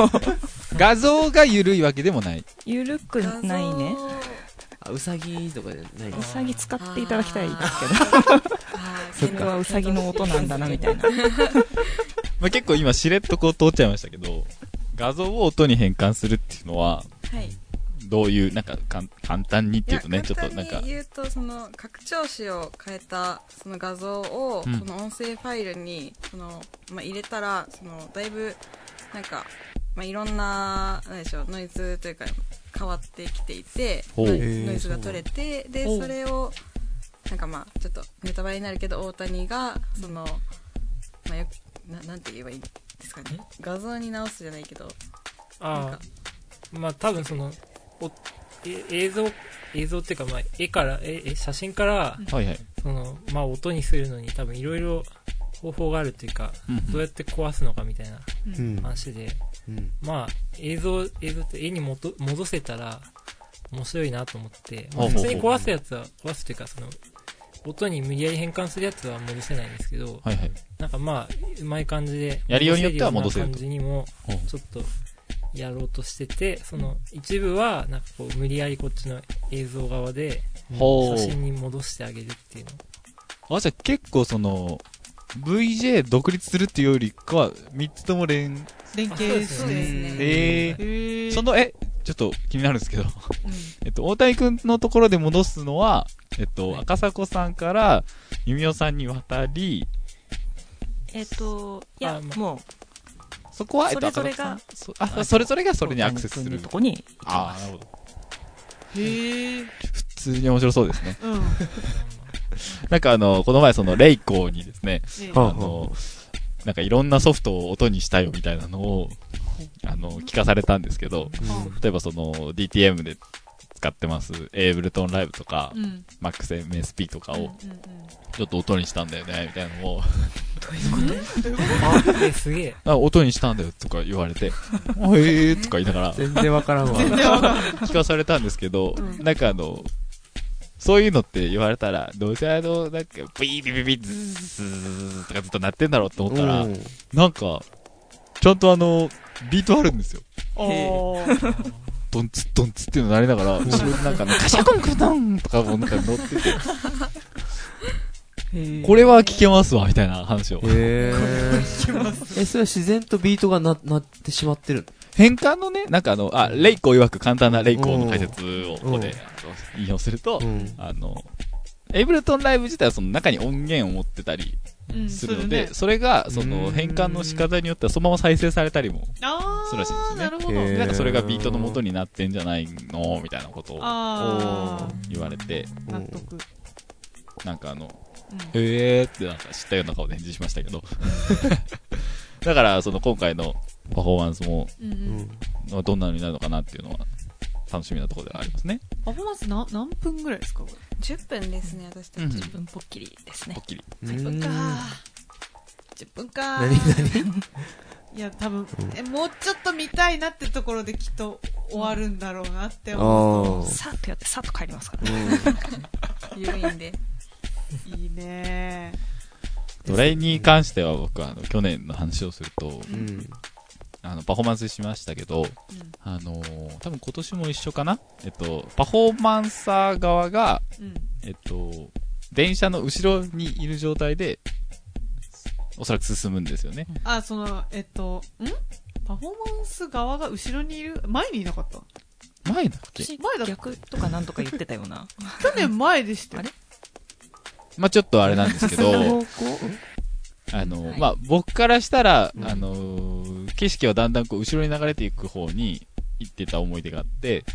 画像がゆるいわけでもない。
緩くないね
画
あ、
像
うさぎとかじゃないの
うさぎ使っていただきたいです
あー
けどそれはうさぎの音なんだなみたいな
まあ、結構今、しれっとこう通っちゃいましたけど、画像を音に変換するっていうのは、
はい
どういう、なんかかん、簡単にっていうとね、
い
ちょ
や
っ
簡
となん
単
か
に、言うとその拡張子を変えたその画像を、
うん
その音声ファイルにその、まあ、入れたらそのだいぶなんか、まあ、いろんななんでしょうノイズというか変わってきていて
ほう
ノ
へ
イ
ー
ノイズが取れてで
ほう
それをなんかまあちょっとネタバレになるけど大谷がその、まあ、よくななんて言えばいいんですかね画像に直すじゃないけどなん
あ
か
あまあ多分そのおえ映像映像っていうか、まあ、絵からええ写真から
はいはい。
その、まあ、音にするのに多分いろいろ方法があるというか
うん
どうやって壊すのかみたいな
うん
話で、
うん
まあ、映像映像って絵にもと戻せたら面白いなと思って、ま
ほう
あ、
ほう
普
ほう
通に壊すやつは壊すというかその音に無理やり変換するやつは戻せないんですけど
はいはい。
なんかまあうまい感じで
やりようによっては戻せると
戻せるような感じにも
ほう
ちょっとやろうとしててその一部はなんかこう無理やりこっちの映像側で
ほう
写真に戻してあげるっていうの
あ、じゃあ結構その、VJ 独立するっていうよりかは、3つとも連、
連
そう
携
で
し
す
そうです
て。
ね。
えー、
へー
その、え、ちょっと気になるんですけど、
うん
えっと、大谷くんのところで戻すのは、えっと、赤迫さんから、弓尾さんに渡り、
えっ、と、いや、
あまあ
もう、
そこは、えっと、
そ
赤迫
れぞれ
さ
が
んそあ、それぞれがそれにアクセス
大
す
谷君
る
のと。こに、
ああ、なるほど。
へえ。
普通に面白そうですね。
うん。
なんかあの、この前その、レイコーにですね、
ええ
はあ
あの、なんかいろんなソフトを音にしたよみたいなのを、あの、聞かされたんですけど、例えばその DTM で使ってます Ableton Live とか、
うん。
MaxMSP とか
うんうんう
を
ん
ちょっと音にしたんだよね、みたいなのを、
えすげえ
あ音にしたんだよとか言われて、あへえーとか言いながら
全然わからんわ。
聞かされたんですけど、
ん
なんかあの、そういうのって言われたら、どうせあの、なんか、ビービビビズズズとかずっと鳴ってんだろうと思ったら、
うん
なんか、ちゃんとあの、ビートあるんですよ。
おー
ドンツッドンツッっていうの鳴りながら、後ろになんかね、カシャコンクドンとかもなんか乗ってて、これは聞けますわ、みたいな話を。
へーえ、それは自然とビートがな、なってしまってる。
変換のね、なんかあの、あ、レイコー曰く簡単なレイコーの解説をここ
う
で
ん
あの引用すると
う、ん。
あの、エイブルトンライブ自体はその中に音源を持ってたり
うん
するの
ね
で、それがその
うん
変換の仕方によってはそのまま再生されたりも、
あ
そうらしいんですよ
ー、
ね
なるほど。
へー
なんかそれがビートの元になってんじゃないのみたいなことを
あ
言われて、
あ、納得。
なんかあの、
う
へ
ん
えーってなんか知ったような顔で返事しましたけど。 だから、その今回のパフォーマンスも、
うんう
うんん。
まあどんなのになるのかなっていうのは、楽しみなところではありますね。
パフォーマンスな何分ぐらいですかこ
10分ですね、私たち。
うん
自分ぽっきりです
ぽ
ね
っ。きり。
う
れ。
ん
10分か
何
いや、多分、えもうちょっと見たいなってところできっと終わるんだろうなって
あ
思う
ー
さっとやって、さっと帰りますからね。
ゆるいんで。
と。いいね
ドレイに関しては僕はあの去年の話をすると、
うん。
あのパフォーマンスしましたけど、あのー多分今年も一緒かなえっと、パフォーマンサー側が、
うん。
えっと、電車の後ろにいる状態で、おそらく進むんですよね。
あ、その、えっと、んパフォーマンス側が後ろにいる前にいなかった
前だっけ
私
前だ
逆とかなんとか言ってたよ うな。
去年前でしたよ。
あれ
まあちょっとあれなんですけど、 あの、
はい
まあ僕からしたら、
うん
あのー景色はだんだんこう後ろに流れていく方に行ってた思い出があって、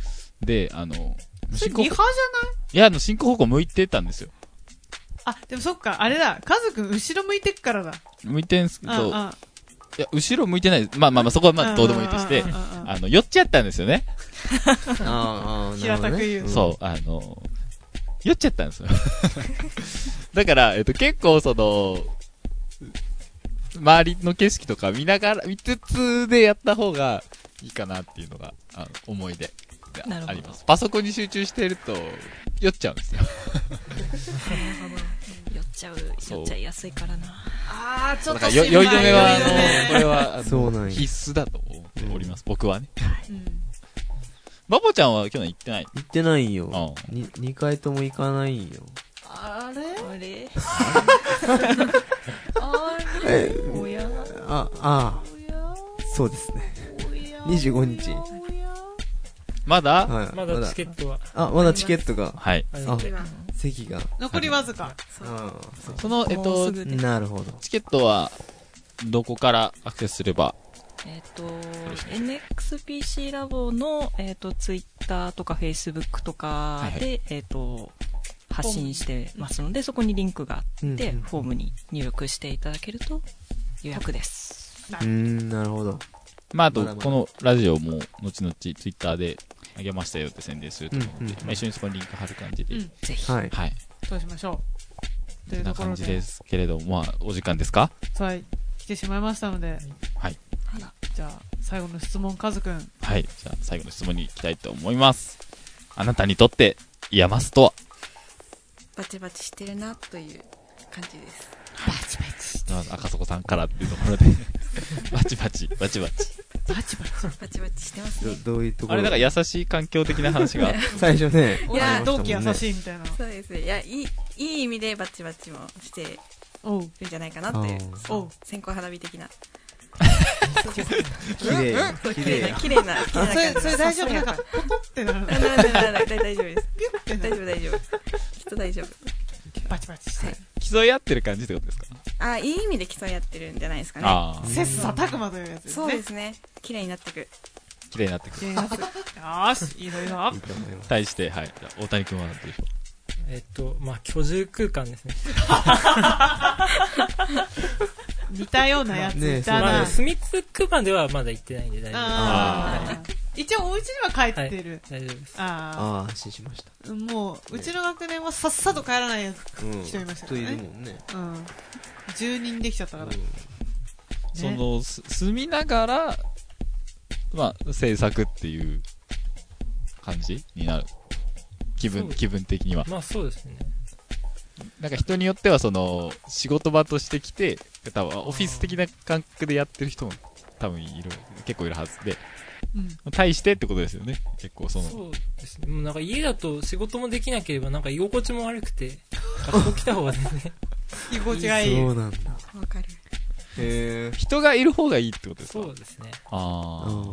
で、あの、
それ
進行
リハじ
い
ゃない
や、あの、進行方向向いてたんですよ。
あ、でもそっか、あれだ、カズくん後ろ向いてっからだ。
向いてんすけ
うんう
ど、
ん
いや、後ろ向いてないです。まあまあまあ、そこはまあどうでもいいとして
うんうん、うんうん
あの、寄っちゃったんですよね。
あーあー、なるほどね
平たく言う
そう、あの、酔っちゃったんですよ。 だから、えっと、結構その、周りの景色とか見ながら、見つつでやった方がいいかなっていうのが、あの思い出で
なるほ
あ
ど
ります。パソコンに集中してると、酔っちゃうんですよ。
酔っちゃう、
そう
酔っちゃいやすいからな。
あー、ちょ
だ
っ
か
と
ら、よ酔い止めは、あ
酔い
の
止め、
これは、あの
そうなんや
必須だと思っております。僕はね。
うん
バボちゃんは去年行ってない。
行ってないよ
あ。
に二回とも行かないよ。
あれ
あれ
あ
え、
おや
あ、あ
れおや
あ、そうですね。
おや
25日
おや
まだ、はい、
はい。
まだチケットは
あ、まだチケットが、
あ
あ
の
では、
席が。
残りわずか。
あ
その、えっ
もう
と
す、ぐ
あ、
で
なるほど。
チケットは、どこからアクセスすれば
えっ、と、NXPC ラボの、えっ、と、ツイッターとかフェイスブックとかで、
は
えっ、と、発信してますので、そこにリンクがあって、
うんうん
フォームに入力していただけると予約です。
うーん、なるほど。
まあ、あと
まだま、だ
このラジオも、後々、ツイッターで、あげましたよって宣伝すると思うので、
うんうん
まあ、一緒にそこにリンク貼る感じで、
うん
ぜひ。
はい。
はい
そうしましょう。と
そ
い
ん
う
な
ところ
感
で、
じですけれども、まあ、お時間ですか
はい、来てしまいましたので、
はい
じゃあ、最後の質問、カズくん。
はいじゃあ最後の質問に行きたいと思いますあなたにとってイヤマスとは
バチバチしてるなという感じです
バチバチ。
まず赤底さんからっていうところで バチバチバチバチ
バチバチ。
バチバチしてますね
どどういうとこ
あ
ろ
れなんか優しい環境的な話が
最初ね。
俺
や
の同期優
ありまたもんね
しいみたいな。
そうですねいやいいいい意味でバチバチもして
おう。
るんじゃないかなという
あー
そ
おう
う線香花火的な
綺麗
そう
綺
綺
麗
麗
や
な綺麗な綺麗
あ
な
それ、
感じ
それ大丈夫なんか、ポトってなるの。
ならないならない大丈夫です
ピュッてな
大
る
丈。夫大丈夫きっと大丈夫
バチバチして。
はい
競い合ってる感じってことですか、
あーいい意味で競い合ってるんじゃないですかね
ああ
切磋琢磨というやつですね。
そうですね綺麗になってく
綺麗になってくる
よーし、いいぞいいぞ。
対して、はい、じゃあ大谷君はどうでしょ
えっと、まあ、居住空間ですね。
似たようなやつ
ねえ
いた
ま
な
あ、。住み着くまではまだ行ってないんで大丈夫
あー一応、お家には帰ってる。
大丈夫です。
あ
ああ、安心しました。
あ。もう、うちの学年はさっさと帰らないやつ。
うん。
人いましたか
人
ら
い
ね
るもんね。
うん。10人できちゃったから。
うそのす住みながら、まあ、制作っていう感じになる気分
そう
気分的には
まあ、そうですね。
なんか人によってはその仕事場として来て多分オフィス的な感覚でやってる人も多分いる結構いるはずで
うん。
対してってことですよね結構その
そうですね。もうなんか家だと仕事もできなければ、なんか居心地も悪くて、学校来た方が全 然。
居心地がいい。
そうなんだ。
わかる
へえ。
人がいる方がいいってことですか
そうですね。
ああ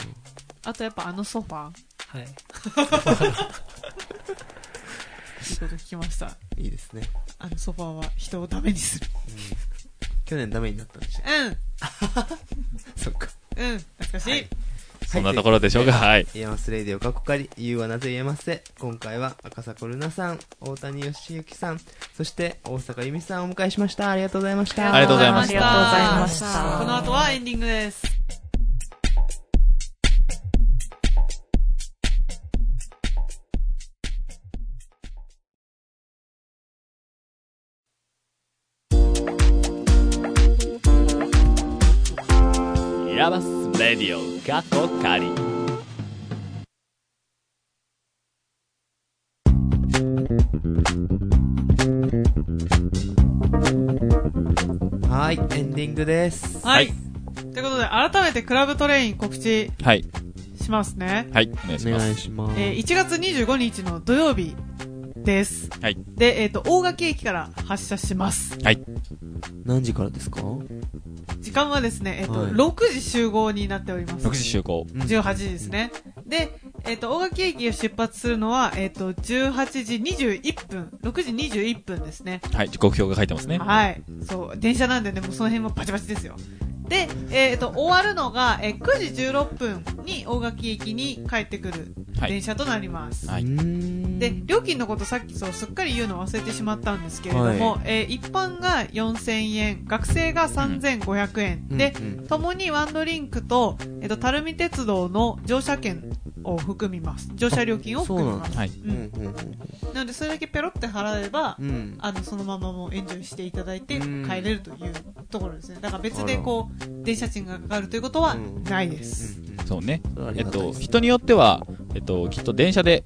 あ
あとやっぱあのソファ
はい。
ー、いいこと聞きました。
ーいいですね。
あのソファーは人をダメにする。
去年ダメになったんでしたっけそっか。
うん、うん、懐かしい。
はい
そんなところでしょうかはい
イヤマスレディオ過去かり、言うはなぜ言えません。今回は赤坂ルナさん、大谷義之さん、そして大阪由美さんをお迎えしました。ありがとうございました。
ありがとうございま
あ
し
り
た
がとうございま
こ
した。
の後はエンディングです。
ヤマスレディオ過去仮
はい、エンディングです。
はい。ということで、改めてクラブトレイン告知
はい
しますね。
はいお願いし
お
ま
願
す
いします。
えー1月25日の土曜日です。
はい
で、えっ、と、大垣駅から発車します。
何時からですか
時間はですね、えっ、と、
はい
6時集合になっております
6。時集合
18時ですね。で、えっ、と、大垣駅を出発するのは、えっ、と、18時21分、6時21分ですね。
はい時刻表が書いてますね
はい。そう、電車なんでね、もうその辺もバチバチですよ。で、えっ、と、終わるのが、えー9時16分に大垣駅に帰ってくる
はい
電車となります。
はいう
ーん
で、料金のことさっきそう、すっかり言うの忘れてしまったんですけれども、
は
えー一般が4000円、学生が3500円、
うん
で、
うん
共にワンドリンクと、えっ、と、垂水鉄道の乗車券を含みます。乗車料金を含みま
あ
す。
はい
うんうん
なので、それだけペロって払えば、
うんうん
あの、そのままもうエンジョイしていただいて、
うん
帰れるというところですね。だから別でこう、電車賃がかかるということは
うん
ないです。
そうね
それはあ
え
り
っ
がたい
と
ですね
人によってはえっときっと電車で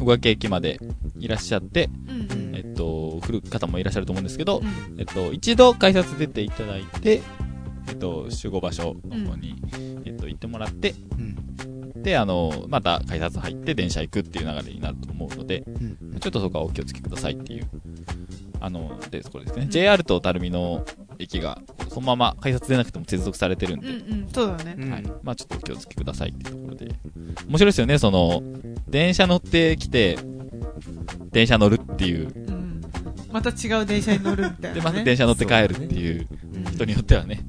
小垣駅までいらっしゃって
うんうん。
えっと来る方もいらっしゃると思うんですけど
うん
えっと一度改札出ていただいてえっと集合場所の方にえっと行ってもらって
うん
であのまた改札入って電車行くっていう流れになると思うので
うん
ちょっとそこはお気をつけくださいっていう。あの、で、そこですね。JR と垂水の駅が、そのまま改札出なくても接続されてるん
うん
で、
うん。そうだよね。
うん
はい。まあちょっとお気をつけくださいっていうところで。面白いですよね、その、電車乗ってきて、電車乗るっていう。
うん。また違う電車に乗るみたいな、ね。
で、また電車乗って帰るっていう
うん
人によってはね、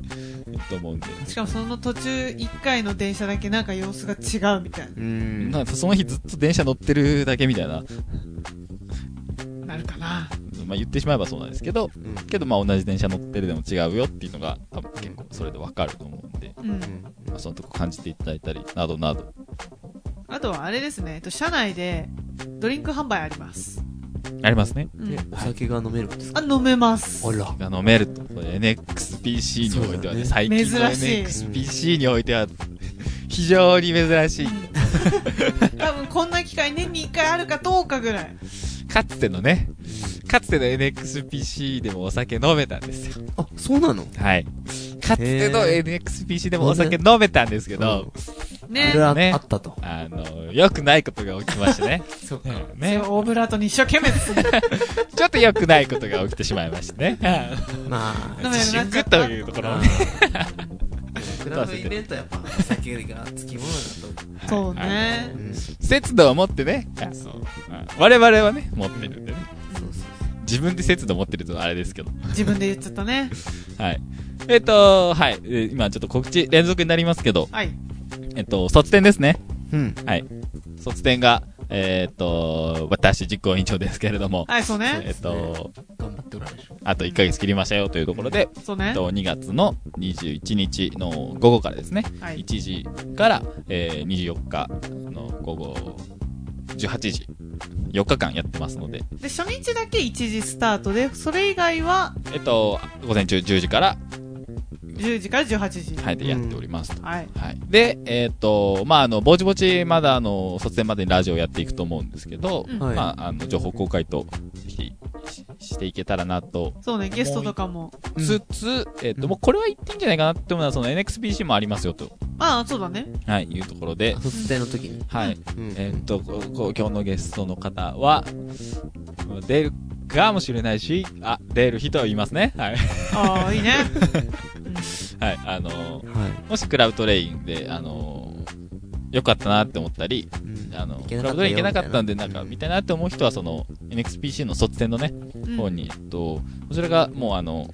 と思うんで。
しかもその途中1回の電車だけなんか様子が違うみたいう
なんか
ん
その日ずっと電車乗ってるだけみたいな、
な、なるかな。
まあ言ってしまえばそうなんですけど、
うん
けどまあ同じ電車乗ってるでも違うよっていうのが、多分結構それでわかると思うんで。
うん。
うん
まあそのとこ感じていただいたりなどなど
あとはあれですね、えっと、社内でドリンク販売あります。
ありますね。
うん
ね、お酒が飲めるんですか
あ、飲めます。
あら。
が飲めると。これ NXPC においてはね、
そうだ
最近の
珍しい
NXPC においては、非常に珍しい。
多分こんな機会年に1回あるかどうかぐらい。
かつてのね、かつての NXPC でもお酒飲めたんですよ。
あ、そうなの
はい。かつての
へ
NXPC でもお酒飲めたんですけど、
い
ね
ろい。ろあ
ね
あったと。
あの、良くないことが起きましてね。
そう
ね
ね
ね、
オブラートに一生懸命包んで
ちょっと良くないことが起きてしまいましてね。
まあ、
飲め
自
なくなっ
粛
ちゃ
と
った
いうところを
あ
ね
ークラブイベントはやっぱお酒がつきものだと。
そうね
う。ん。そう
節度を持ってね、あ
そう
我々はね、持ってるんでね。
そう
自分で節度持ってるとあれですけど。
自分で言っちゃったね。
はい。えっ、と、はい。えー今ちょっと告知連続になりますけど、
はい。
えっ、と、卒展ですね。
うん。
はい。卒展が、えっ、と、私実行委員長ですけれども、
はい、そうね。
えっ、と、
頑張っておられるでしょ。
あと1ヶ月切りましたよというところで、
そう
えっ
ね。
と2月の21日の午後からですね、
はい。
1時から、えー24日の午後18時、4日間やってますので、
で、初日だけ1時スタートで、それ以外は
えっと、午前中10時から、
10時から18時。
はい、でやっておりますと。
はい。
はい。で、えっ、と、まあ、あの、ぼちぼち、まだ、あの、卒園までにラジオやっていくと思うんですけど、
うん
はい
まあ、あの、情報公開と、ぜひ、ししていけたらなと、
そうね、ゲストとかも。
うん
つつ、えっ、
う
と、
ん
もうこれは言っていいんじゃないかなって思うのは、その NXPC もありますよと、
ああ、そうだね。
はい、いうところで、
卒展の時に。
はい。
うん
えっ、とここ今日のゲストの方は、出るかもしれないし、あ、出る人はいますね。はい。
ああ、いいね。
はい。あの、
はい。
もしクラウドトレインで、あの、よかったなって思ったり、
うん
あの、
い
ク
け
ラ
な
ブ
かっ
ド
たよ
レイン行けなかったんで、
み
な
たい
ん
な
か、
うん
見たいなって思う人は、その、NXPC の卒展のね、
うん
方に、えっと、こちらが、もう、あの、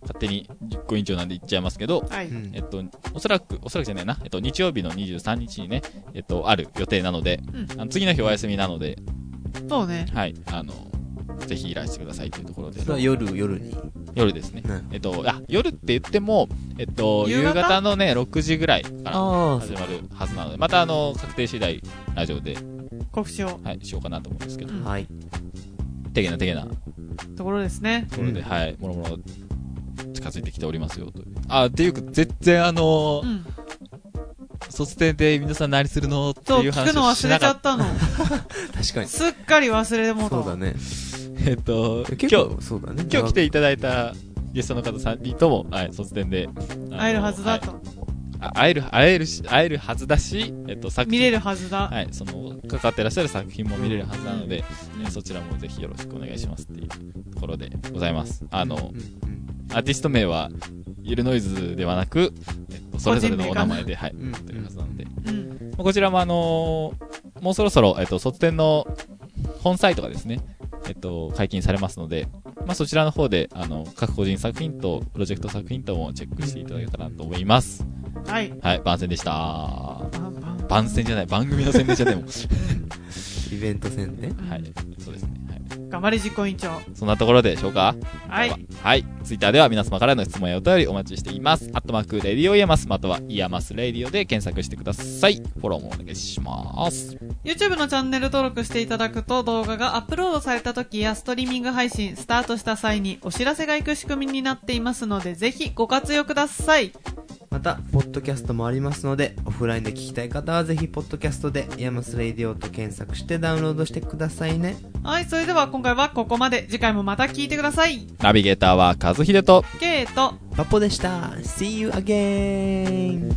勝手に実行委員長なんで言っちゃいますけど、
はい。
うん
えっと、おそらく、おそらくじゃないな、えっと、日曜日の23日にね、えっと、ある予定なので、
う
あの次の日お休みなので、
そうね。
はい、あの、ぜひいらしてくださいというところで
それ、は夜、夜に。
夜ですね。
ね
えっと、あ、夜って言っても、えっと、
夕
夕
方
方のね、6時ぐらいから
あ
始まるはずなので、また、あの、確定次第、ラジオで、
告知を。
はい、しようかなと思うんですけど
う、
あ。
ん
はい。
てげなてげな
ところですね。
ところで、
うん
はい、もろもろ近づいてきておりますよという。あ、っていうか、全然あのー、
うん。
卒展で皆さん何するのって
そう、
いう
聞く
話
の
をし
忘れ
な
ちゃ
かっ
ったの。
確かに。
すっかり忘れてもうた
そ
わ
うだね。
た。えっと、今
結
日、
構、そうだね。
今日来ていただいたゲストの方3人とも、はい、卒展で。あの
会えるはずだと。。
はいあ会える、会えるし、会えるはずだし、えっと、作品。
見れるはずだ。
はい、その、かかってらっしゃる作品も見れるはずなので、えーそちらもぜひよろしくお願いしますっていうところでございます。あの
うん、うん
アーティスト名は、ゆるノイズではなく、えっと、それぞれのお名前で、はい、
名かな
やってるはずなので。ま
うん。
あこちらもあのーもうそろそろ、えっと、卒展の本サイトがですね、えっと、解禁されますので、まあ、そちらの方で、あの、各個人作品と、プロジェクト作品ともチェックしていただけたらと思います。
はい。
はい、番宣でした。
パンパン
番宣じゃない、番組の宣伝じゃないもん。
イベント戦で。
はい、そうですね。はい
頑張れ実行委員長。
そんなところでしょうか
はい。
はい。ツイッターでは皆様からの質問やお便りお待ちしています。アットマーク、レディオイヤマス、またはイヤマスレディオで検索してください。フォローもお願いします。
YouTube のチャンネル登録していただくと動画がアップロードされた時やストリーミング配信スタートした際にお知らせが行く仕組みになっていますのでぜひご活用ください。
また、ポッドキャストもありますので、オフラインで聞きたい方はぜひ、ポッドキャストで、イヤマスレイディオと検索してダウンロードしてくださいね。
はい、それでは今回はここまで。次回もまた聞いてください。
ナビゲーターは和秀と、
ケイと
パポでした。See you again!